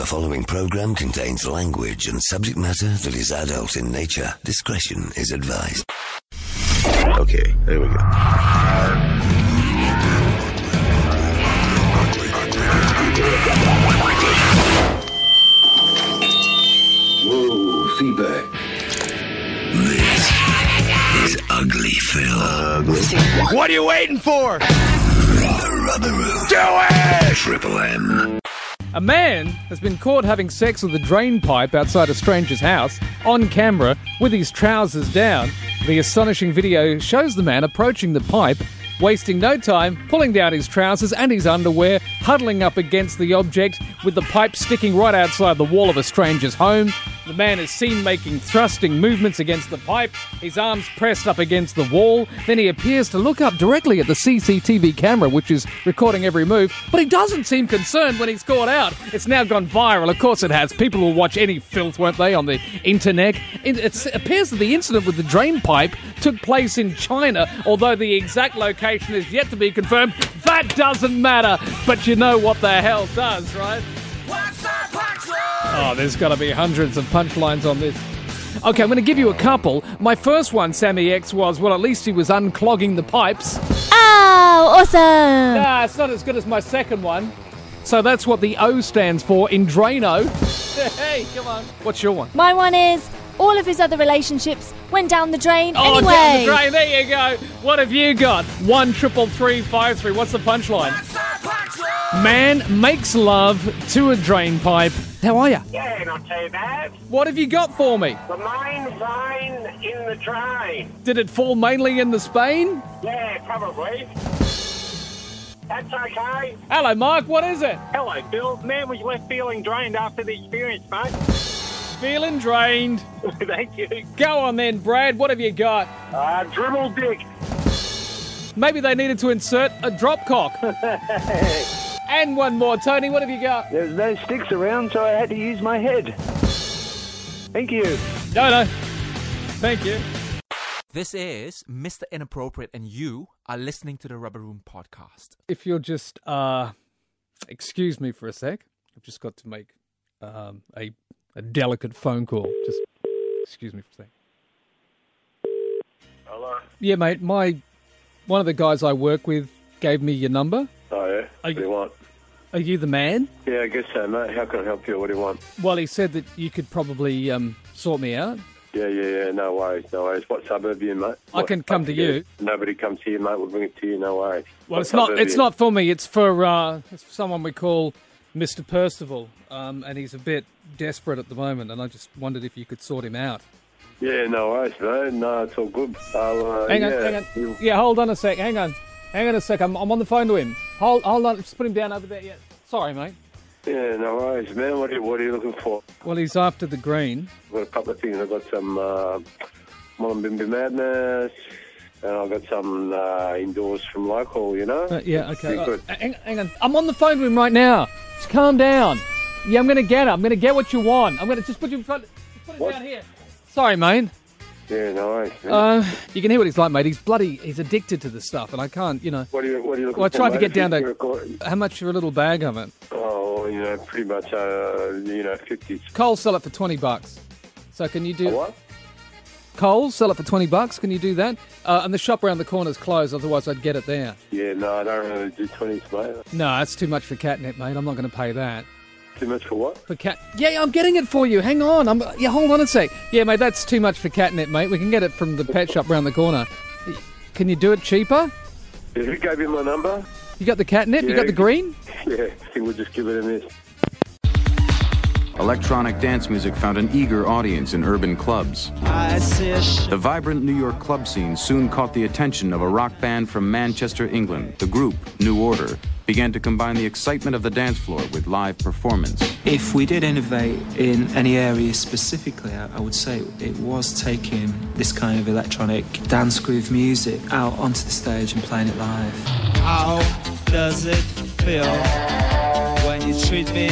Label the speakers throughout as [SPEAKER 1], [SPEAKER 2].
[SPEAKER 1] following program contains language and subject matter that is adult in nature. Discretion is advised.
[SPEAKER 2] Okay, there we go.
[SPEAKER 3] Whoa, feedback.
[SPEAKER 1] This is Ugly Phil.
[SPEAKER 4] What are you waiting for?
[SPEAKER 1] The Rubber Room. Do it! Triple M.
[SPEAKER 4] A man has been caught having sex with a drain pipe outside a stranger's house on camera with his trousers down. The astonishing video shows the man approaching the pipe, wasting no time, pulling down his trousers and his underwear, huddling up against the object with the pipe sticking right outside the wall of a stranger's home. The man is seen making thrusting movements against the pipe, his arms pressed up against the wall. Then he appears to look up directly at the CCTV camera, which is recording every move, but he doesn't seem concerned when he's caught out. It's now gone viral. Of course it has. People will watch any filth, won't they, on the internet. It, it's- it appears that the incident with the drain pipe took place in China, although the exact location is yet to be confirmed. That doesn't matter, but you know what the hell does, right? Oh, there's got to be hundreds of punchlines on this. Okay, I'm going to give you a couple. My first one, Sammy X, was well, at least he was unclogging the pipes.
[SPEAKER 5] Oh, awesome!
[SPEAKER 4] Ah, it's not as good as my second one. So that's what the O stands for in Drano. hey, come on. What's your one?
[SPEAKER 5] My one is all of his other relationships went down the drain
[SPEAKER 4] Oh,
[SPEAKER 5] anyway.
[SPEAKER 4] down the drain. There you go. What have you got? One triple three five three. What's the punchline? Man makes love to a drain pipe. How are you?
[SPEAKER 6] Yeah, not too bad.
[SPEAKER 4] What have you got for me?
[SPEAKER 6] The main vein in the drain.
[SPEAKER 4] Did it fall mainly in the Spain?
[SPEAKER 6] Yeah, probably. That's okay.
[SPEAKER 4] Hello, Mark. What is it?
[SPEAKER 6] Hello, Bill. Man was left feeling drained after the experience, mate.
[SPEAKER 4] Feeling drained.
[SPEAKER 6] Thank you.
[SPEAKER 4] Go on then, Brad. What have you got?
[SPEAKER 6] Uh, dribble dick.
[SPEAKER 4] Maybe they needed to insert a drop cock. and one more, Tony. What have you got?
[SPEAKER 7] There was no sticks around, so I had to use my head. Thank you.
[SPEAKER 4] No, no. Thank you.
[SPEAKER 8] This is Mr. Inappropriate, and you are listening to the Rubber Room podcast.
[SPEAKER 4] If you'll just uh, excuse me for a sec, I've just got to make um, a a delicate phone call. Just excuse me for a sec.
[SPEAKER 3] Hello.
[SPEAKER 4] Yeah, mate. My one of the guys I work with gave me your number.
[SPEAKER 3] Oh, yeah?
[SPEAKER 4] Are
[SPEAKER 3] What do
[SPEAKER 4] you-
[SPEAKER 3] you want?
[SPEAKER 4] Are you the man?
[SPEAKER 3] Yeah, I guess so, mate. How can I help you? What do you want?
[SPEAKER 4] Well, he said that you could probably um, sort me out.
[SPEAKER 3] Yeah, yeah, yeah. No worries, no worries. What suburb are you in, mate?
[SPEAKER 4] I
[SPEAKER 3] What-
[SPEAKER 4] can come to you.
[SPEAKER 3] Nobody comes here, mate. We'll bring it to you. No worries.
[SPEAKER 4] Well,
[SPEAKER 3] What
[SPEAKER 4] it's not.
[SPEAKER 3] suburb are
[SPEAKER 4] It's
[SPEAKER 3] you
[SPEAKER 4] not for me. It's for uh, it's for someone we call Mr. Percival, um, and he's a bit desperate at the moment. And I just wondered if you could sort him out.
[SPEAKER 3] in? Yeah, no worries, mate. No, it's all good. Oh, uh,
[SPEAKER 4] Hang
[SPEAKER 3] yeah.
[SPEAKER 4] on, hang on.
[SPEAKER 3] You-
[SPEAKER 4] Yeah, hold on a sec. Hang on, hang on a sec. I'm, I'm on the phone to him. Hold, hold on. Just put him down over there. Yeah. Sorry, mate.
[SPEAKER 3] Yeah, no worries, man. What are you, what are you looking for?
[SPEAKER 4] Well, he's after the green.
[SPEAKER 3] I've got a couple of things. I've got some uh, Mullumbimby Madness, and I've got some uh, indoors from local, you know?
[SPEAKER 4] Uh, yeah. Okay.
[SPEAKER 3] Pretty
[SPEAKER 4] Uh,
[SPEAKER 3] good.
[SPEAKER 4] hang, hang on. I'm on the phone to him right now. Just calm down. Yeah, I'm gonna get it. I'm gonna get what you want. I'm gonna just put you in front. Just put it
[SPEAKER 3] What?
[SPEAKER 4] down here. Sorry, mate.
[SPEAKER 3] Yeah, no worries. man.
[SPEAKER 4] Uh, you can hear what he's like, mate. He's bloody. He's addicted to this stuff, and I can't. You know.
[SPEAKER 3] what are you, what are you looking
[SPEAKER 4] well, I
[SPEAKER 3] for?
[SPEAKER 4] tried to
[SPEAKER 3] mate?
[SPEAKER 4] get down to-
[SPEAKER 3] If you're recording-
[SPEAKER 4] How much for a little bag of it?
[SPEAKER 3] Oh, you know, pretty much, uh, you know, 50s.
[SPEAKER 4] Cole sell it for twenty bucks. So can you do
[SPEAKER 3] What?
[SPEAKER 4] Cole sell it for twenty bucks? Can you do that? Uh, and the shop around the corner's closed. Otherwise, I'd get it there.
[SPEAKER 3] Yeah, no, I don't really do 20s, mate.
[SPEAKER 4] No, that's too much for catnip, mate. I'm not going to pay that
[SPEAKER 3] Too much for what?
[SPEAKER 4] for cat. Yeah, I'm getting it for you. Hang on. I'm. Yeah, hold on a sec. Yeah, mate, that's too much for catnip, mate. We can get it from the pet shop around the corner. Can you do it cheaper?
[SPEAKER 3] Yeah, who gave you my number?
[SPEAKER 4] You got the catnip? You
[SPEAKER 3] Yeah.
[SPEAKER 4] got the green?
[SPEAKER 3] Yeah, I think we'll just give it a miss.
[SPEAKER 9] Electronic dance music found an eager audience in urban clubs. The vibrant New York club scene soon caught the attention of a rock band from Manchester, England. The group, New Order, began to combine the excitement of the dance floor with live performance.
[SPEAKER 10] If we did innovate in any area specifically, I I would say it was taking this kind of electronic dance groove music out onto the stage and playing it live.
[SPEAKER 11] How does it feel when you treat me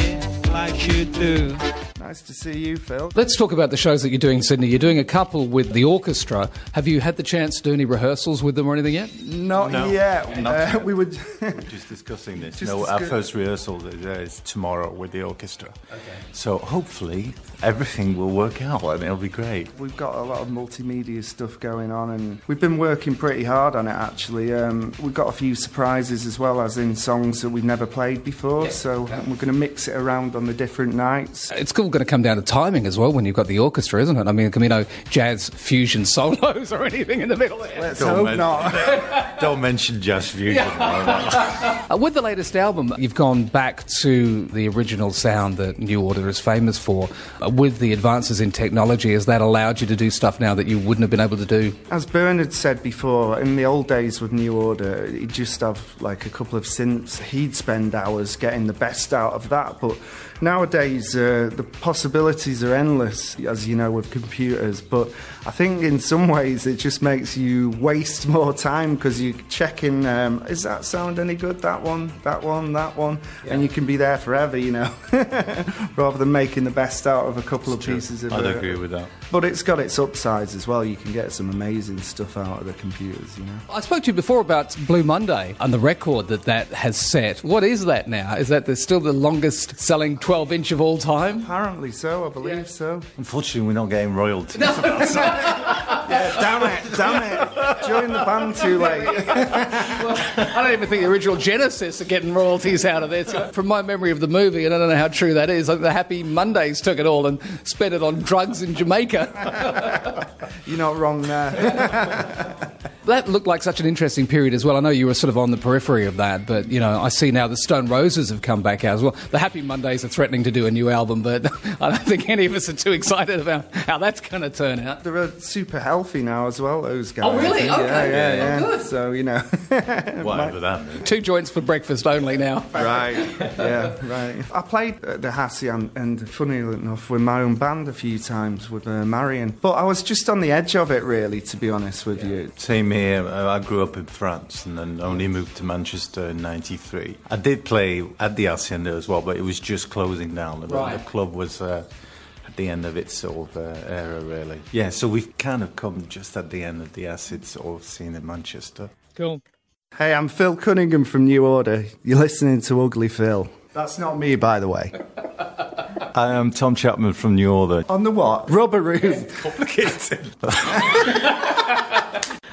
[SPEAKER 11] like you do?
[SPEAKER 9] I
[SPEAKER 11] Nice to see you, Phil.
[SPEAKER 4] Let's talk about the shows that you're doing, Sydney. You're doing a couple with the orchestra. Have you had the chance to do any rehearsals with them or anything yet?
[SPEAKER 11] Not
[SPEAKER 12] No,
[SPEAKER 11] yet.
[SPEAKER 12] not
[SPEAKER 11] Uh,
[SPEAKER 12] yet.
[SPEAKER 11] we were
[SPEAKER 12] just discussing this.
[SPEAKER 11] Just
[SPEAKER 12] no, our
[SPEAKER 11] discuss-
[SPEAKER 12] first rehearsal is tomorrow with the orchestra.
[SPEAKER 11] Okay.
[SPEAKER 12] So hopefully everything will work out and it'll be great.
[SPEAKER 11] We've got a lot of multimedia stuff going on, and we've been working pretty hard on it. Actually, um, we've got a few surprises as well, as in songs that we've never played before. So we're going to mix it around on the different nights.
[SPEAKER 4] It's all going to come down to timing as well when you've got the orchestra, isn't it? I mean, there can be no jazz fusion solos or anything in the middle. Let's
[SPEAKER 12] Don't men- Don't mention jazz fusion.
[SPEAKER 4] Uh, with the latest album, you've gone back to the original sound that New Order is famous for. Uh, with the advances in technology, has that allowed you to do stuff now that you wouldn't have been able to do?
[SPEAKER 11] As Bernard said before, in the old days with New Order, he'd just have like a couple of synths. He'd spend hours getting the best out of that. But nowadays, uh, the possibilities are endless, as you know, with computers. But I think in some ways, it just makes you waste more time because you're checking um, is that sound any good? That one, that one, that one. And you can be there forever, you know, rather than making the best out of a couple of pieces of
[SPEAKER 12] I'd
[SPEAKER 11] a-
[SPEAKER 12] agree with that.
[SPEAKER 11] but it's got its upsides as well. You can get some amazing stuff out of the computers, you know.
[SPEAKER 4] I spoke to you before about Blue Monday and the record that that has set. What is that now? Is that the, still the longest selling 12 inch of all time?
[SPEAKER 11] Apparently so, I believe so.
[SPEAKER 12] Unfortunately, we're not getting royalties.
[SPEAKER 11] damn it, damn it. Join the band too late.
[SPEAKER 4] I don't even think the original Genesis are getting royalties out of this. From my memory of the movie, and I don't know how true that is, the Happy Mondays took it all and spent it on drugs in Jamaica.
[SPEAKER 11] You're not wrong there.
[SPEAKER 4] that looked like such an interesting period as well. I know you were sort of on the periphery of that, but you know, I see now the Stone Roses have come back out as well. The Happy Mondays are threatening to do a new album, but I don't think any of us are too excited about how that's going to turn out.
[SPEAKER 11] They're super healthy now as well, those guys.
[SPEAKER 4] Oh, really?
[SPEAKER 11] Yeah,
[SPEAKER 4] Okay.
[SPEAKER 11] yeah,
[SPEAKER 4] Oh,
[SPEAKER 11] yeah.
[SPEAKER 4] good.
[SPEAKER 11] So, you know.
[SPEAKER 12] Whatever that means.
[SPEAKER 4] Two joints for breakfast only now.
[SPEAKER 11] Right. yeah, right. I played at the Hacian, and funny enough, with my own band a few times with uh, Marion. But I was just on the edge of it, really, to be honest with you.
[SPEAKER 12] Same here. Uh, I grew up in France and then only moved to Manchester in '93. I did play at the Hacienda as well, but it was just closing down. The,
[SPEAKER 4] Right.
[SPEAKER 12] the club was uh, at the end of its sort of uh, era, really. Yeah, so we've kind of come just at the end of the acid sort of scene in Manchester.
[SPEAKER 4] Cool.
[SPEAKER 11] Hey, I'm Phil Cunningham from New Order. You're listening to Ugly Phil. That's not me, by the way.
[SPEAKER 12] I am Tom Chapman from New Order.
[SPEAKER 11] On the what? Rubber room.
[SPEAKER 12] Complicated.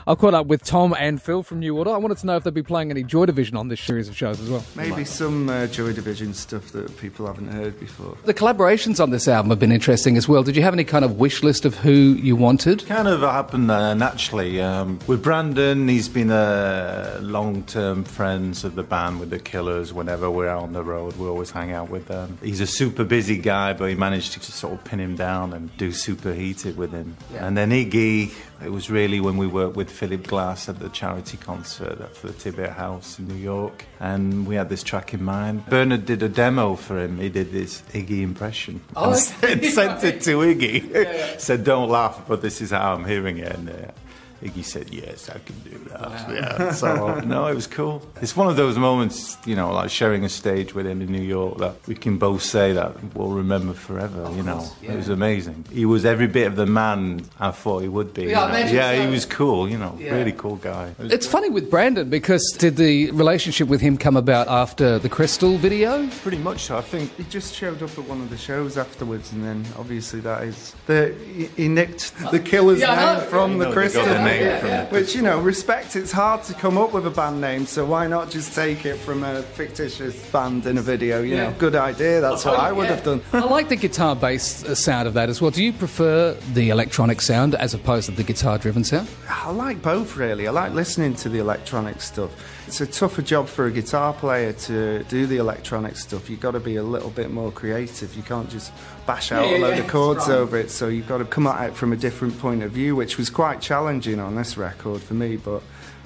[SPEAKER 4] I've caught up with Tom and Phil from New Order. I wanted to know if they'd be playing any Joy Division on this series of shows as well.
[SPEAKER 11] Maybe some uh, Joy Division stuff that people haven't heard before.
[SPEAKER 4] The collaborations on this album have been interesting as well. Did you have any kind of wish list of who you wanted?
[SPEAKER 12] Kind of happened uh, naturally. Um, with Brandon, he's been a long-term friends of the band with the Killers. Whenever we're out on the road, we always hang out with them. He's a super busy guy, but he managed to sort of pin him down and do super heated with him. And then Iggy, it was really when we worked with Philip Glass at the charity concert at the Tibet House in New York, and we had this track in mind. Bernard did a demo for him. He did this Iggy impression.
[SPEAKER 4] Oh,
[SPEAKER 12] And
[SPEAKER 4] okay.
[SPEAKER 12] sent it to Iggy. said, "Don't laugh, but this is how I'm hearing it." And uh, Iggy said, "Yes, I can do that." Yeah. So no, it was cool. It's one of those moments, you know, like sharing a stage with him in New York that we can both say that we'll remember forever. you know, it was amazing. He was every bit of the man I thought he would be.
[SPEAKER 4] Yeah, I
[SPEAKER 12] you know.
[SPEAKER 4] imagine
[SPEAKER 12] yeah
[SPEAKER 4] so.
[SPEAKER 12] he was cool. You know,
[SPEAKER 4] Yeah.
[SPEAKER 12] really cool guy. It was
[SPEAKER 4] It's funny with Brandon because did the relationship with him come about after the Crystal video?
[SPEAKER 12] Pretty much so. I think
[SPEAKER 11] He just showed up at one of the shows afterwards, and then obviously that is the he- he nicked the killer's
[SPEAKER 4] Yeah, I know.
[SPEAKER 11] name from
[SPEAKER 12] You
[SPEAKER 11] the
[SPEAKER 12] know they
[SPEAKER 11] Crystal,
[SPEAKER 12] got the name
[SPEAKER 11] Yeah,
[SPEAKER 12] from
[SPEAKER 11] yeah.
[SPEAKER 12] the
[SPEAKER 11] which you know, respect. It's hard to come up with a band name, so why not just take it from a fictitious band in a video? You
[SPEAKER 4] Yeah.
[SPEAKER 11] know, good idea. That's what I would have done.
[SPEAKER 4] I like the guitar based sound of that as well. Do you prefer the electronic sound as opposed to the guitar driven sound?
[SPEAKER 11] I like both really. I like listening to the electronic stuff. It's a tougher job for a guitar player to do the electronic stuff. You've got to be a little bit more creative. You can't just bash out
[SPEAKER 4] Yeah,
[SPEAKER 11] a
[SPEAKER 4] yeah,
[SPEAKER 11] load
[SPEAKER 4] yeah.
[SPEAKER 11] of chords
[SPEAKER 4] Right.
[SPEAKER 11] over it. So you've got to come at it from a different point of view, which was quite challenging on this record for me. But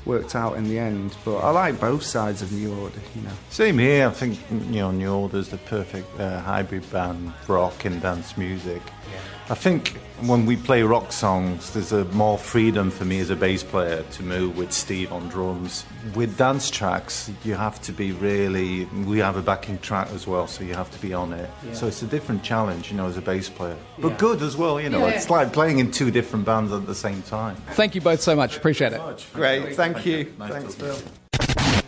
[SPEAKER 11] worked out in the end. But I like both sides of New Order, you know.
[SPEAKER 12] Same here. I think you know New Order's the perfect uh, hybrid band, rock and dance music. I think when we play rock songs, there's a more freedom for me as a bass player to move with Steve on drums. With dance tracks, you have to be really. We have a backing track as well, so you have to be on it.
[SPEAKER 13] Yeah.
[SPEAKER 12] So it's a different challenge, you know, as a bass player.
[SPEAKER 13] Yeah.
[SPEAKER 12] But good as well, you know.
[SPEAKER 13] Yeah.
[SPEAKER 12] It's like playing in two different bands at the same time.
[SPEAKER 4] Thank you both so much. Appreciate it.
[SPEAKER 11] Great, thank you.
[SPEAKER 12] Nice
[SPEAKER 11] Thanks,
[SPEAKER 12] talking to
[SPEAKER 11] Bill.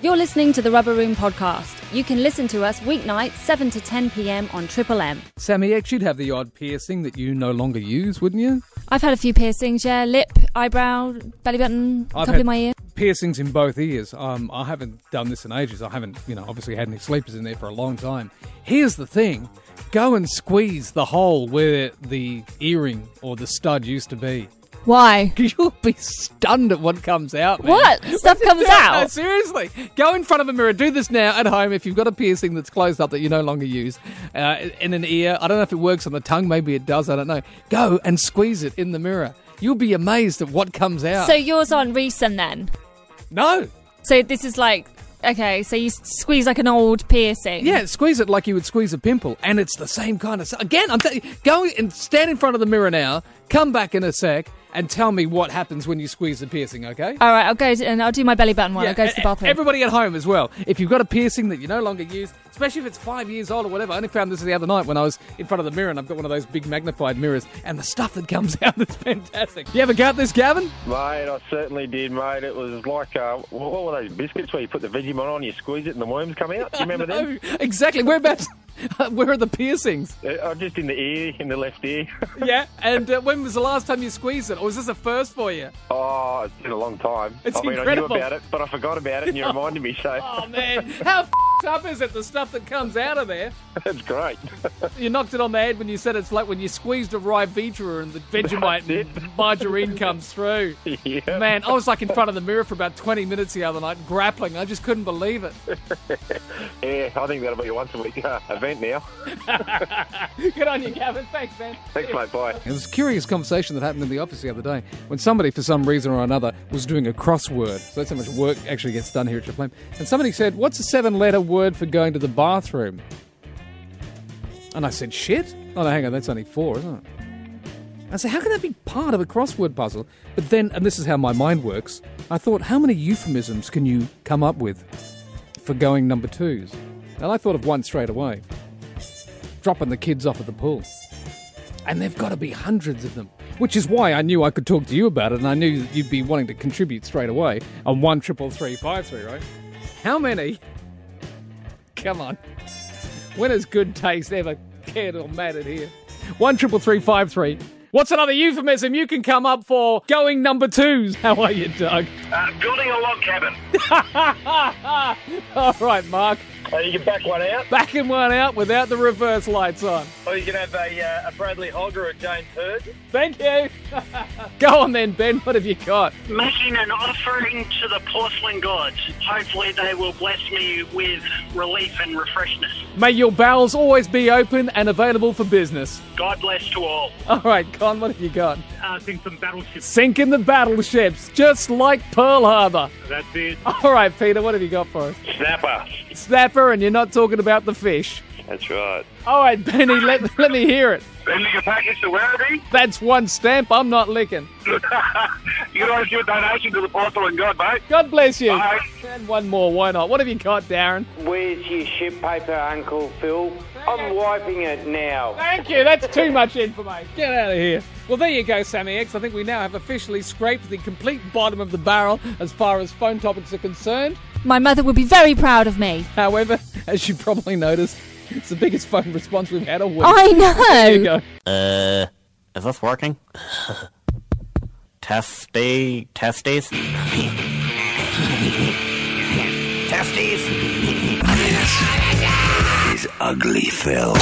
[SPEAKER 5] You're listening to the Rubber Room Podcast. You can listen to us weeknights, 7 to 10 p.m. on Triple M.
[SPEAKER 4] Sammy X, you'd have the odd piercing that you no longer use, wouldn't you?
[SPEAKER 5] I've had a few piercings, yeah. Lip, eyebrow, belly button,
[SPEAKER 4] I've
[SPEAKER 5] couple
[SPEAKER 4] had
[SPEAKER 5] in my ear.
[SPEAKER 4] Piercings in both ears. Um, I haven't done this in ages. I haven't, you know, obviously had any sleepers in there for a long time. Here's the thing go and squeeze the hole where the earring or the stud used to be.
[SPEAKER 5] Why?
[SPEAKER 4] You'll be stunned at what comes out. man.
[SPEAKER 5] What? Stuff comes
[SPEAKER 4] No,
[SPEAKER 5] out?
[SPEAKER 4] seriously. Go in front of a mirror. Do this now at home if you've got a piercing that's closed up that you no longer use uh, in an ear. I don't know if it works on the tongue. Maybe it does. I don't know. Go and squeeze it in the mirror. You'll be amazed at what comes out.
[SPEAKER 5] So yours on recent then?
[SPEAKER 4] no.
[SPEAKER 5] So this is like, okay, so you s- squeeze like an old piercing.
[SPEAKER 4] Yeah, squeeze it like you would squeeze a pimple, and it's the same kind of. Again, I'm telling you, go and stand in front of the mirror now. Come back in a sec and tell me what happens when you squeeze the piercing. Okay.
[SPEAKER 5] All right, I'll go to, and I'll do my belly button one. I'll go to the
[SPEAKER 4] e-
[SPEAKER 5] bathroom.
[SPEAKER 4] Everybody at home as well. If you've got a piercing that you no longer use, especially if it's five years old or whatever. I only found this the other night when I was in front of the mirror and I've got one of those big magnified mirrors and the stuff that comes out is fantastic. You ever got this, Gavin?
[SPEAKER 14] Mate, I certainly did, mate. It was like, uh, wh- what were those biscuits where you put the Vegemon on, you squeeze it, and the worms come out? Do you remember them?
[SPEAKER 4] Exactly. Whereabouts? Where are the piercings?
[SPEAKER 14] Uh, uh, just in the ear, in the left ear.
[SPEAKER 4] yeah. And uh, when was the last time you squeezed it? Or was this a first for you?
[SPEAKER 14] Oh, it's been a long time.
[SPEAKER 4] It's
[SPEAKER 14] I mean,
[SPEAKER 4] incredible.
[SPEAKER 14] I knew about it, but I forgot about it, and you reminded me, so
[SPEAKER 4] Oh man, how f- up is it? The stuff that comes out of there.
[SPEAKER 14] that's great.
[SPEAKER 4] You knocked it on the head when you said it's like when you squeezed a rye vitra and the Vegemite and margarine comes through. Man, I was like in front of the mirror for about 20 minutes the other night grappling. I just couldn't believe it.
[SPEAKER 14] Yeah, I think that'll be a once a week uh, event now.
[SPEAKER 4] Good on you, Gavin. Thanks, man.
[SPEAKER 14] Thanks, mate. Bye.
[SPEAKER 4] It was a curious conversation that happened in the office the other day when somebody, for some reason or another, was doing a crossword. So that's how much work actually gets done here at Triple M. And somebody said, What's a seven letter word for going to the bathroom? And I said, Shit? Oh, no, hang on, that's only four, isn't it? I said, How can that be part of a crossword puzzle? But then, and this is how my mind works, I thought, How many euphemisms can you come up with for going number twos? And I thought of one straight away dropping the kids off at the pool and there've got to be hundreds of them. Which is why I knew I could talk to you about it, and I knew that you'd be wanting to contribute straight away on one triple three five three, right? How many? Come on, when has good taste ever cared or mattered here? One triple three five three. What's another euphemism you can come up for going number twos? How are you, Doug?
[SPEAKER 6] Uh, building a log cabin.
[SPEAKER 4] All right, Mark.
[SPEAKER 6] you can back one out.
[SPEAKER 4] Backing one out without the reverse lights on.
[SPEAKER 6] Or you can have a, uh, a Bradley Hogg or a James Hurd.
[SPEAKER 4] Thank you. Go on then, Ben. What have you got?
[SPEAKER 15] Making an offering to the porcelain gods. Hopefully, they will bless me with relief and refreshness.
[SPEAKER 4] May your bowels always be open and available for business.
[SPEAKER 15] God bless to all.
[SPEAKER 4] All right, Con, what have you got?
[SPEAKER 15] Uh, think some battleships.
[SPEAKER 4] Sinking the battleships, just like Pearl Harbor.
[SPEAKER 15] That's it.
[SPEAKER 4] All right, Peter, what have you got for us?
[SPEAKER 14] Snapper.
[SPEAKER 4] Snapper, and you're not talking about the fish.
[SPEAKER 14] That's right.
[SPEAKER 4] All right, Benny, let, let me hear it.
[SPEAKER 6] Sending a package to Werribee.
[SPEAKER 4] That's one stamp I'm not licking.
[SPEAKER 6] you can always give a donation to the porcelain god, mate.
[SPEAKER 4] God bless you. And one more, why not? What have you got, Darren?
[SPEAKER 16] Where's your shit paper, Uncle Phil? I'm wiping it now.
[SPEAKER 4] Thank you, that's too much information. Get out of here. Well, there you go, Sammy X. I think we now have officially scraped the complete bottom of the barrel as far as phone topics are concerned.
[SPEAKER 5] My mother would be very proud of me.
[SPEAKER 4] However, as you probably noticed, it's the biggest phone response we've had all week.
[SPEAKER 5] I know.
[SPEAKER 4] There you go.
[SPEAKER 17] Uh, is this working? Testy, testes?
[SPEAKER 1] Testes. This is Ugly Phil.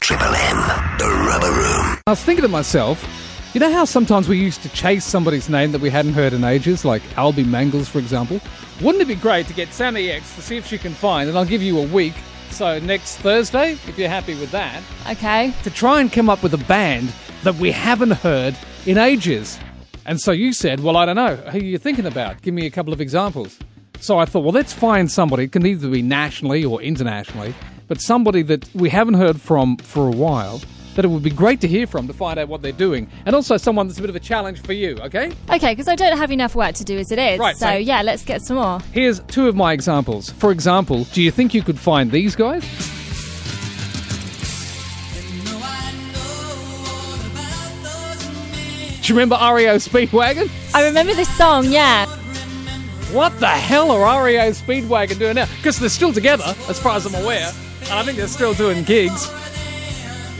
[SPEAKER 1] Triple M, the rubber room.
[SPEAKER 4] I was thinking to myself, you know how sometimes we used to chase somebody's name that we hadn't heard in ages, like Albie Mangles, for example? Wouldn't it be great to get Sammy X to see if she can find, and I'll give you a week, so next Thursday, if you're happy with that,
[SPEAKER 5] Okay.
[SPEAKER 4] to try and come up with a band that we haven't heard in ages. And so you said, Well, I don't know. Who are you thinking about? Give me a couple of examples. So I thought, Well, let's find somebody. It can either be nationally or internationally, but somebody that we haven't heard from for a while that it would be great to hear from to find out what they're doing. And also someone that's a bit of a challenge for you, okay?
[SPEAKER 5] Okay, because I don't have enough work to do as it is.
[SPEAKER 4] Right,
[SPEAKER 5] so
[SPEAKER 4] so-
[SPEAKER 5] yeah, let's get some more.
[SPEAKER 4] Here's two of my examples. For example, do you think you could find these guys? Do you remember REO Speedwagon?
[SPEAKER 5] I remember this song, yeah.
[SPEAKER 4] What the hell are REO Speedwagon doing now? Because they're still together, as far as I'm aware, and I think they're still doing gigs.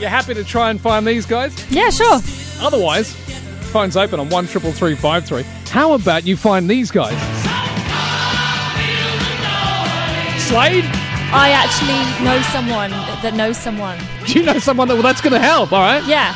[SPEAKER 4] You happy to try and find these guys?
[SPEAKER 5] Yeah, sure.
[SPEAKER 4] Otherwise, phone's open on one triple three five three. How about you find these guys? Slade?
[SPEAKER 5] I actually know someone that knows someone.
[SPEAKER 4] Do you know someone that? Well, that's going to help. All right.
[SPEAKER 5] Yeah,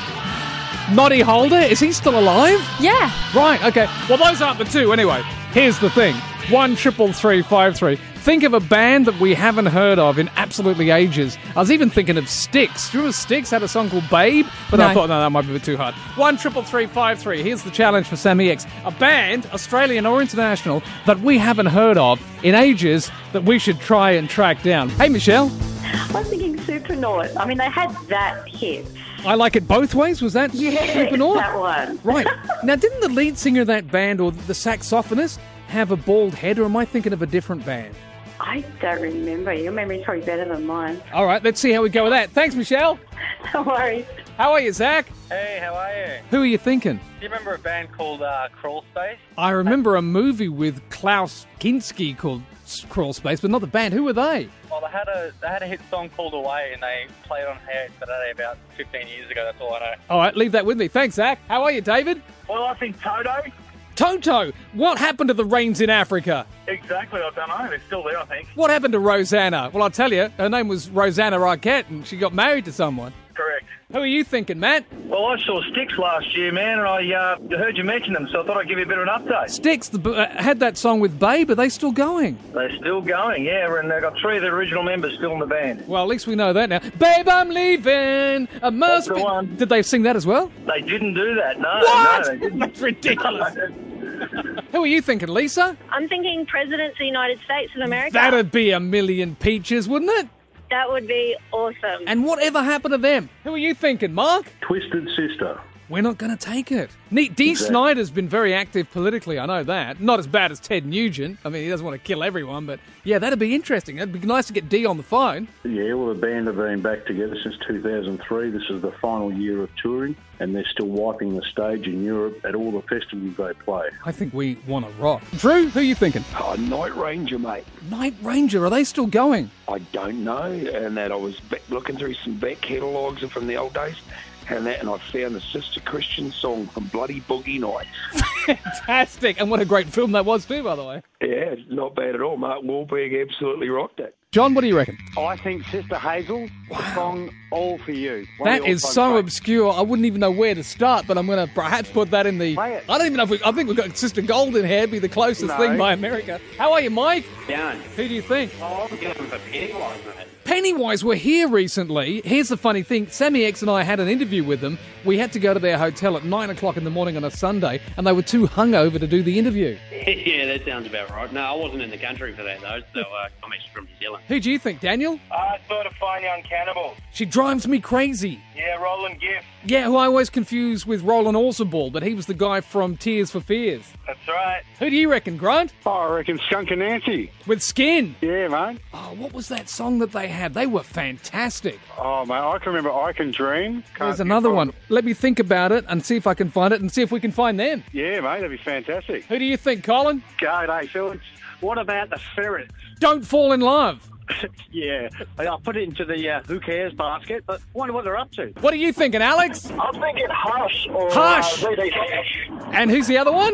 [SPEAKER 4] Noddy Holder, is he still alive?
[SPEAKER 5] yeah.
[SPEAKER 4] Right, okay. Well, those aren't the two anyway. Here's the thing: one triple three five three. Think of a band that we haven't heard of in absolutely ages. I was even thinking of Styx. Do you remember Styx had a song called Babe? But I
[SPEAKER 13] No.
[SPEAKER 4] thought, no, that might be a bit too hard. One triple three five three. Here's the challenge for Sammy X: a band, Australian or international, that we haven't heard of in ages that we should try and track down. Hey, Michelle,
[SPEAKER 18] I'm thinking Supernaut. I mean, they had that hit.
[SPEAKER 4] I like it both ways. Was that Supernaut?
[SPEAKER 18] that one.
[SPEAKER 4] Right. Now, didn't the lead singer of that band or the saxophonist have a bald head, or am I thinking of a different band?
[SPEAKER 18] I don't remember. Your memory's probably better than mine.
[SPEAKER 4] All right, let's see how we go with that. Thanks, Michelle.
[SPEAKER 18] Don't worry.
[SPEAKER 4] How are you, Zach?
[SPEAKER 6] Hey, how are you?
[SPEAKER 4] Who are you thinking?
[SPEAKER 6] Do you remember a band called uh, Crawl Space?
[SPEAKER 4] I remember a movie with Klaus Kinski called S- Crawl Space, but not the band. Who were they?
[SPEAKER 6] Well, they had a they had a hit song called Away, and they played on Hey Saturday about 15 years ago. That's all I know.
[SPEAKER 4] All right, leave that with me. Thanks, Zach. How are you, David?
[SPEAKER 6] Well, I think Toto.
[SPEAKER 4] Toto, what happened to the rains in Africa?
[SPEAKER 6] Exactly. I don't know. They're still there, I think.
[SPEAKER 4] What happened to Rosanna? Well, I'll tell you, her name was Rosanna Arquette, and she got married to someone.
[SPEAKER 6] Correct.
[SPEAKER 4] Who are you thinking, Matt?
[SPEAKER 6] Well, I saw Sticks last year, man, and I uh, heard you mention them, so I thought I'd give you a bit of an update.
[SPEAKER 4] Sticks the, b- uh, had that song with Babe. Are they still going?
[SPEAKER 6] They're still going, yeah, and they've got three of the original members still in the band.
[SPEAKER 4] Well, at least we know that now. Babe, I'm leaving. I must be. Did they sing that as well?
[SPEAKER 6] They didn't do that, no.
[SPEAKER 4] What?
[SPEAKER 6] No, they didn't.
[SPEAKER 4] That's ridiculous. Who are you thinking, Lisa?
[SPEAKER 19] I'm thinking President of the United States of America.
[SPEAKER 4] That'd be a million peaches, wouldn't it?
[SPEAKER 19] That would be awesome.
[SPEAKER 4] And whatever happened to them? Who are you thinking, Mark?
[SPEAKER 20] Twisted Sister.
[SPEAKER 4] We're not going to take it. Ne- Dee
[SPEAKER 20] Exactly.
[SPEAKER 4] Snyder's been very active politically, I know that. Not as bad as Ted Nugent. I mean, he doesn't want to kill everyone, but yeah, that'd be interesting. It'd be nice to get Dee on the phone.
[SPEAKER 20] Yeah, well, the band have been back together since 2003. This is the final year of touring, and they're still wiping the stage in Europe at all the festivals they play.
[SPEAKER 4] I think we want to rock. Drew, who are you thinking?
[SPEAKER 21] Oh, Night Ranger, mate.
[SPEAKER 4] Night Ranger, are they still going?
[SPEAKER 21] I don't know, and that I was back looking through some back catalogues from the old days, and that, and I found the Sister Christian song from Bloody Boogie Nights.
[SPEAKER 4] Fantastic. And what a great film that was, too, by the way.
[SPEAKER 21] Yeah, not bad at all. Mark Wahlberg absolutely rocked it.
[SPEAKER 4] John, what do you reckon?
[SPEAKER 22] I think Sister Hazel, the song All For You. One of
[SPEAKER 4] That
[SPEAKER 22] your favourite
[SPEAKER 4] is so
[SPEAKER 22] songs.
[SPEAKER 4] obscure. I wouldn't even know where to start, but I'm going to perhaps put that in the. I don't even know if we. I think we've got Sister Golden here. Be the closest
[SPEAKER 22] No.
[SPEAKER 4] thing by America. How are you, Mike?
[SPEAKER 22] Down.
[SPEAKER 4] Who do you think?
[SPEAKER 22] Oh, I'm going for Pennywise, mate.
[SPEAKER 4] Pennywise were here recently. Here's the funny thing Sammy X and I had an interview with them. We had to go to their hotel at 9 o'clock in the morning on a Sunday, and they were too hungover to do the interview.
[SPEAKER 23] yeah, that sounds about right. No, I wasn't in the country for that though, so uh, I'm actually from New Zealand.
[SPEAKER 4] Who do you think, Daniel?
[SPEAKER 6] I saw the Fine Ah, Young Cannibals.
[SPEAKER 4] She drives me crazy.
[SPEAKER 6] Yeah, Roland Gift.
[SPEAKER 4] Yeah, who I always confuse with Roland Orzabal, but he was the guy from Tears for Fears.
[SPEAKER 6] That's right.
[SPEAKER 4] Who do you reckon, Grant?
[SPEAKER 22] Oh, I reckon Skunk and Nancy.
[SPEAKER 4] With Skin?
[SPEAKER 22] Yeah, mate.
[SPEAKER 4] Oh, what was that song that they had? They were fantastic.
[SPEAKER 22] Oh, mate, I can remember I Can Dream. Can't
[SPEAKER 4] There's another one. Let me think about it and see if I can find it and see if we can find them.
[SPEAKER 22] Yeah, mate, that'd be fantastic.
[SPEAKER 4] Who do you think, Colin?
[SPEAKER 22] God, hey, Felix, what about the ferrets?
[SPEAKER 4] Don't fall in love.
[SPEAKER 22] Yeah, I- I'll put it into the uh, who cares basket, but wonder what they're up to.
[SPEAKER 4] What are you thinking, Alex?
[SPEAKER 22] I'm thinking Hush or
[SPEAKER 4] Hush!
[SPEAKER 22] Uh,
[SPEAKER 4] And who's the other one?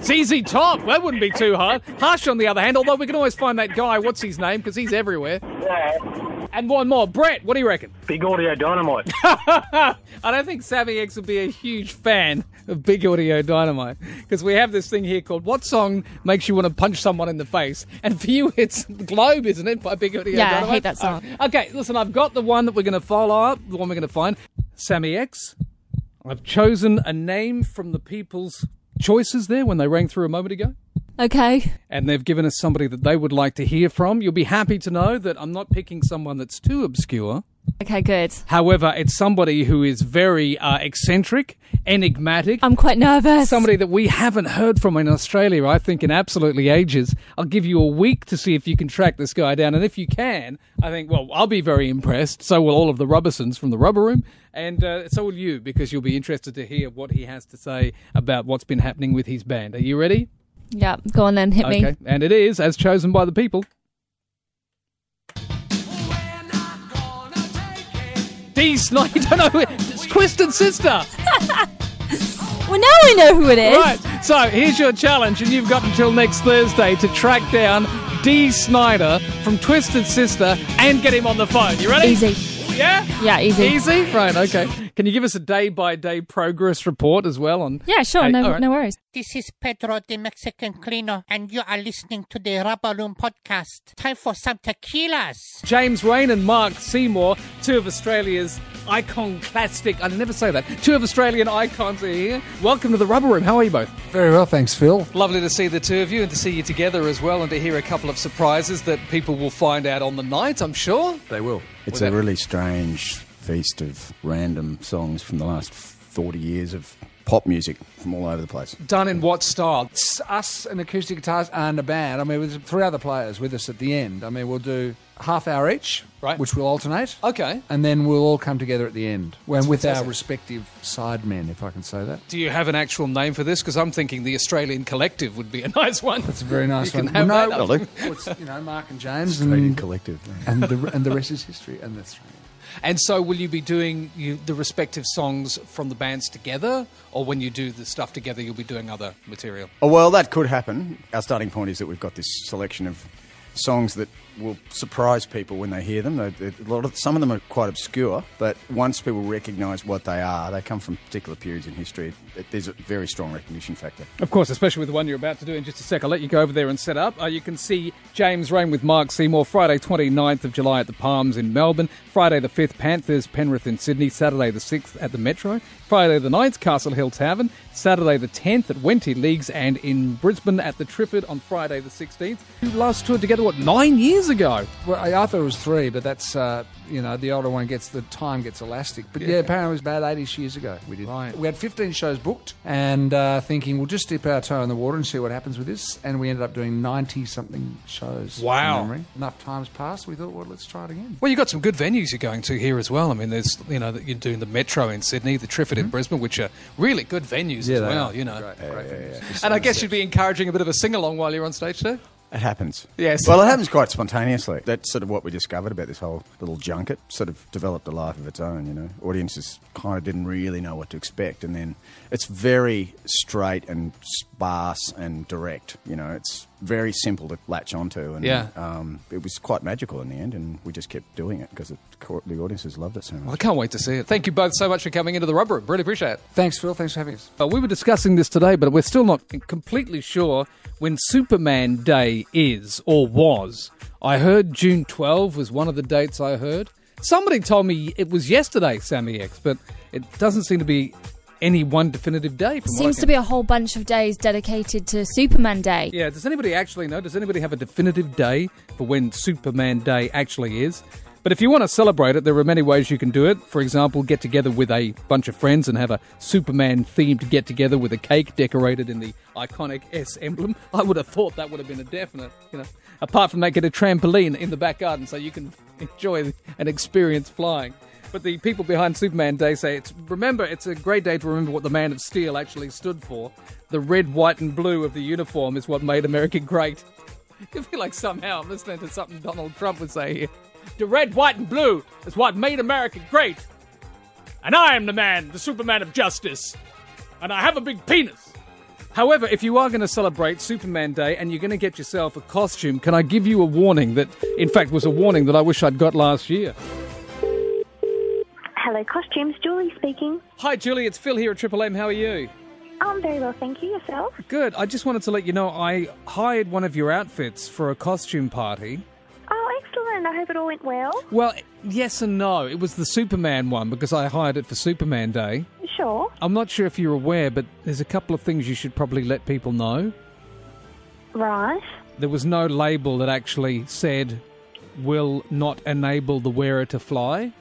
[SPEAKER 4] ZZ Top. That wouldn't be too hard. Hush, on the other hand, although we can always find that guy. What's his name? Because he's everywhere. And one more. Brett, what do you reckon?
[SPEAKER 22] Big Audio Dynamite.
[SPEAKER 4] I don't think Savvy X would be a huge fan of Big Audio Dynamite because we have this thing here called What Song Makes You Want to Punch Someone in the Face? And for you, it's Globe, isn't it? By Big Audio
[SPEAKER 5] Yeah, I
[SPEAKER 4] Dynamite.
[SPEAKER 5] hate that song.
[SPEAKER 4] Uh, okay, listen, I've got the one that we're going to follow up, the one we're going to find. Sammy X, I've chosen a name from the people's choices there when they rang through a moment ago.
[SPEAKER 5] Okay.
[SPEAKER 4] and they've given us somebody that they would like to hear from. You'll be happy to know that I'm not picking someone that's too obscure.
[SPEAKER 5] Okay, good.
[SPEAKER 4] However, it's somebody who is very uh, eccentric, enigmatic.
[SPEAKER 5] I'm quite nervous.
[SPEAKER 4] Somebody that we haven't heard from in Australia, I think, in absolutely ages. I'll give you a week to see if you can track this guy down. And if you can, I think, well, I'll be very impressed. So will all of the Rubbersons from the Rubber Room. And uh, so will you, because you'll be interested to hear what he has to say about what's been happening with his band. Are you ready?
[SPEAKER 5] Yeah, go on then, hit me.
[SPEAKER 4] Okay, and it is as chosen by the people. D. Snyder, I don't know. It's Twisted Sister.
[SPEAKER 5] Well, now I know who it is.
[SPEAKER 4] Right. So here's your challenge, and you've got until next Thursday to track down D. Snyder from Twisted Sister and get him on the phone. You ready?
[SPEAKER 5] Easy.
[SPEAKER 4] Yeah.
[SPEAKER 5] Yeah, easy.
[SPEAKER 4] Easy. Right. Okay. Can you give us a day-by-day progress report as well on?
[SPEAKER 5] Yeah, sure.
[SPEAKER 4] Hey,
[SPEAKER 5] no,
[SPEAKER 4] all right.
[SPEAKER 5] no worries.
[SPEAKER 2] This is Pedro the Mexican Cleaner, and you are listening to the Rubber Room Podcast. Time for some tequilas.
[SPEAKER 4] James Rain and Mark Seymour, two of Australia's iconoclastic. I never say that. Two of Australian icons are here. Welcome to the Rubber Room. How are you both?
[SPEAKER 7] Very well, thanks, Phil.
[SPEAKER 4] Lovely to see the two of you and to see you together as well, and to hear a couple of surprises that people will find out on the night. I'm sure they will.
[SPEAKER 7] It's a really strange feast of random songs from the last 40 years of pop music from all over the place.
[SPEAKER 13] Done in what style? It's us and acoustic guitars and a band. I mean, there's three other players with us at the end. I mean, we'll do half hour each, right? Which we'll alternate.
[SPEAKER 4] Okay.
[SPEAKER 13] And then we'll all come together at the end, when
[SPEAKER 4] That's
[SPEAKER 13] with our
[SPEAKER 4] fantastic.
[SPEAKER 13] respective sidemen, if I can say that.
[SPEAKER 4] Do you have an actual name for this? Because I'm thinking the Australian Collective would be a nice one. That's
[SPEAKER 13] a very nice
[SPEAKER 4] you
[SPEAKER 13] one.
[SPEAKER 4] Can have
[SPEAKER 13] Well,
[SPEAKER 4] that.
[SPEAKER 13] no, well, it's, you know, Mark and James and
[SPEAKER 7] collective,
[SPEAKER 13] and the and the rest is history. And that's right.
[SPEAKER 4] And so, will you be doing you, the respective songs from the bands together, or when you do the stuff together, you'll be doing other material?
[SPEAKER 7] Oh, well, that could happen. Our starting point is that we've got this selection of songs that will surprise people when they hear them. They, they- a lot of, some of them are quite obscure, but once people recognise what they are, they come from particular periods in history. It, there's a very strong recognition factor.
[SPEAKER 4] Of course, especially with the one you're about to do in just a sec. I'll let you go over there and set up. Uh, you can see James Rain with Mark Seymour Friday 29th of July at the Palms in Melbourne, Friday the 5th Panthers Penrith in Sydney, Saturday the 6th at the Metro, Friday the 9th Castle Hill Tavern, Saturday the 10th at Wenty Leagues and in Brisbane at the Trifford on Friday the 16th. You last toured together, what, nine years ago?
[SPEAKER 13] Well, I, I thought it was three, but that's uh, you know the older one gets the time gets elastic. But yeah,
[SPEAKER 7] Yeah.
[SPEAKER 13] apparently it was about eighty years ago we did. Right. We had fifteen shows booked, and uh, thinking we'll just dip our toe in the water and see what happens with this. And we ended up doing ninety something shows. from
[SPEAKER 4] Wow.
[SPEAKER 13] memory. Enough times passed. We thought, well, let's try it again.
[SPEAKER 4] Well, you've got some good venues you're going to here as well. I mean, there's, you know, that you're doing the Metro in Sydney, the Trifford
[SPEAKER 13] Mm-hmm.
[SPEAKER 4] in Brisbane, which are really good venues
[SPEAKER 7] Yeah, they
[SPEAKER 4] as well,
[SPEAKER 7] are.
[SPEAKER 4] you know. And
[SPEAKER 7] And
[SPEAKER 4] I guess you'd be encouraging a bit of a sing along while you're on stage too.
[SPEAKER 7] It happens.
[SPEAKER 4] Yes.
[SPEAKER 7] Well, it happens quite spontaneously. That's sort of what we discovered about this whole little junket. Sort of developed a life of its own, you know. Audiences kind of didn't really know what to expect. And then it's very straight and sparse and direct, you know. It's very simple to latch onto. And
[SPEAKER 4] Yeah.
[SPEAKER 7] um, it was quite magical in the end. And we just kept doing it because the audiences loved it so much.
[SPEAKER 4] Well, I can't wait to see it. Thank you both so much for coming into the rubber room. Really appreciate it.
[SPEAKER 13] Thanks, Phil. Thanks for having us.
[SPEAKER 4] Uh, we were discussing this today, but we're still not completely sure when Superman Day is or was. I heard June 12 was one of the dates I heard. Somebody told me it was yesterday, Sammy X, but it doesn't seem to be any one definitive day. From what I
[SPEAKER 5] Seems to
[SPEAKER 4] can-
[SPEAKER 5] be a whole bunch of days dedicated to Superman Day.
[SPEAKER 4] Yeah, does anybody actually know? Does anybody have a definitive day for when Superman Day actually is? But if you want to celebrate it, there are many ways you can do it. For example, get together with a bunch of friends and have a Superman themed get together with a cake decorated in the iconic S emblem. I would have thought that would have been a definite, you know. Apart from that, get a trampoline in the back garden so you can enjoy and experience flying. But the people behind Superman Day say it's remember it's a great day to remember what the Man of Steel actually stood for. The red, white, and blue of the uniform is what made America great. I feel like somehow I'm listening to something Donald Trump would say here. The red, white, and blue is what made America great. And I am the man, the Superman of justice. And I have a big penis. However, if you are going to celebrate Superman Day and you're going to get yourself a costume, can I give you a warning that, in fact, was a warning that I wish I'd got last year?
[SPEAKER 24] Hello, costumes. Julie speaking.
[SPEAKER 4] Hi, Julie. It's Phil here at Triple M. How are you?
[SPEAKER 24] I'm very well, thank you. Yourself?
[SPEAKER 4] Good. I just wanted to let you know I hired one of your outfits for a costume party.
[SPEAKER 24] Oh, excellent. and I hope it all went well.
[SPEAKER 4] Well, yes and no. It was the Superman one because I hired it for Superman Day.
[SPEAKER 24] Sure.
[SPEAKER 4] I'm not sure if you're aware, but there's a couple of things you should probably let people know.
[SPEAKER 24] Right.
[SPEAKER 4] There was no label that actually said will not enable the wearer to fly.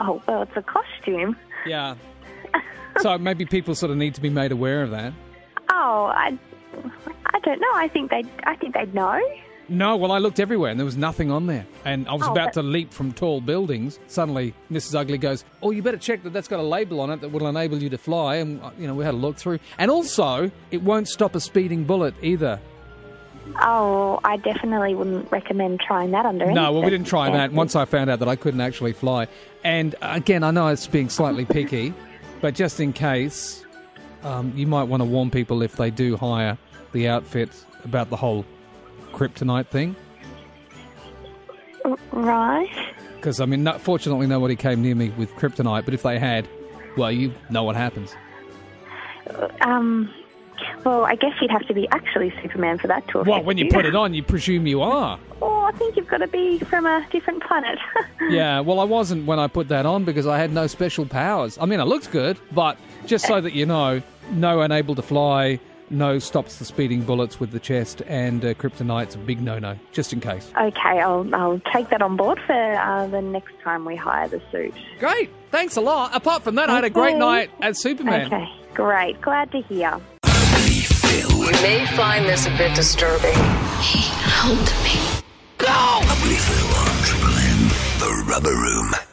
[SPEAKER 24] Oh, well, it's a costume.
[SPEAKER 4] Yeah. so maybe people sort of need to be made aware of that.
[SPEAKER 24] Oh, I, I don't know. I think they'd, I think they'd know.
[SPEAKER 4] No, well, I looked everywhere and there was nothing on there. And I was
[SPEAKER 24] Oh,
[SPEAKER 4] about
[SPEAKER 24] but-
[SPEAKER 4] to leap from tall buildings. Suddenly, Mrs. Ugly goes, Oh, you better check that that's got a label on it that will enable you to fly. And, uh, you know, we had a look through. And also, it won't stop a speeding bullet either.
[SPEAKER 24] Oh, I definitely wouldn't recommend trying that under any
[SPEAKER 4] No, well, we didn't try that
[SPEAKER 24] circumstances.
[SPEAKER 4] once I found out that I couldn't actually fly. And uh, again, I know it's being slightly picky, but just in case, um, you might want to warn people if they do hire the outfit about the whole kryptonite thing.
[SPEAKER 24] Right.
[SPEAKER 4] Because, I mean, no, fortunately, nobody came near me with kryptonite, but if they had, well, you know what happens.
[SPEAKER 24] Um, well, I guess you'd have to be actually Superman for that to affect
[SPEAKER 4] Well, when you
[SPEAKER 24] you
[SPEAKER 4] put it on, you presume you are.
[SPEAKER 24] Oh, I think you've got to be from a different planet.
[SPEAKER 4] Yeah, well, I wasn't when I put that on because I had no special powers. I mean, I looked good, but just so that you know, no unable to fly, no stops the speeding bullets with the chest, and uh, kryptonite's a big no no, just in case.
[SPEAKER 24] okay, I'll, I'll take that on board for uh, the next time we hire the suit.
[SPEAKER 4] Great. Thanks a lot. Apart from that, I had a great
[SPEAKER 24] Okay.
[SPEAKER 4] night at Superman.
[SPEAKER 24] Okay, great. Glad to hear.
[SPEAKER 3] You may find this a bit disturbing. He held me. Go!
[SPEAKER 1] Triple M, The Rubber Room.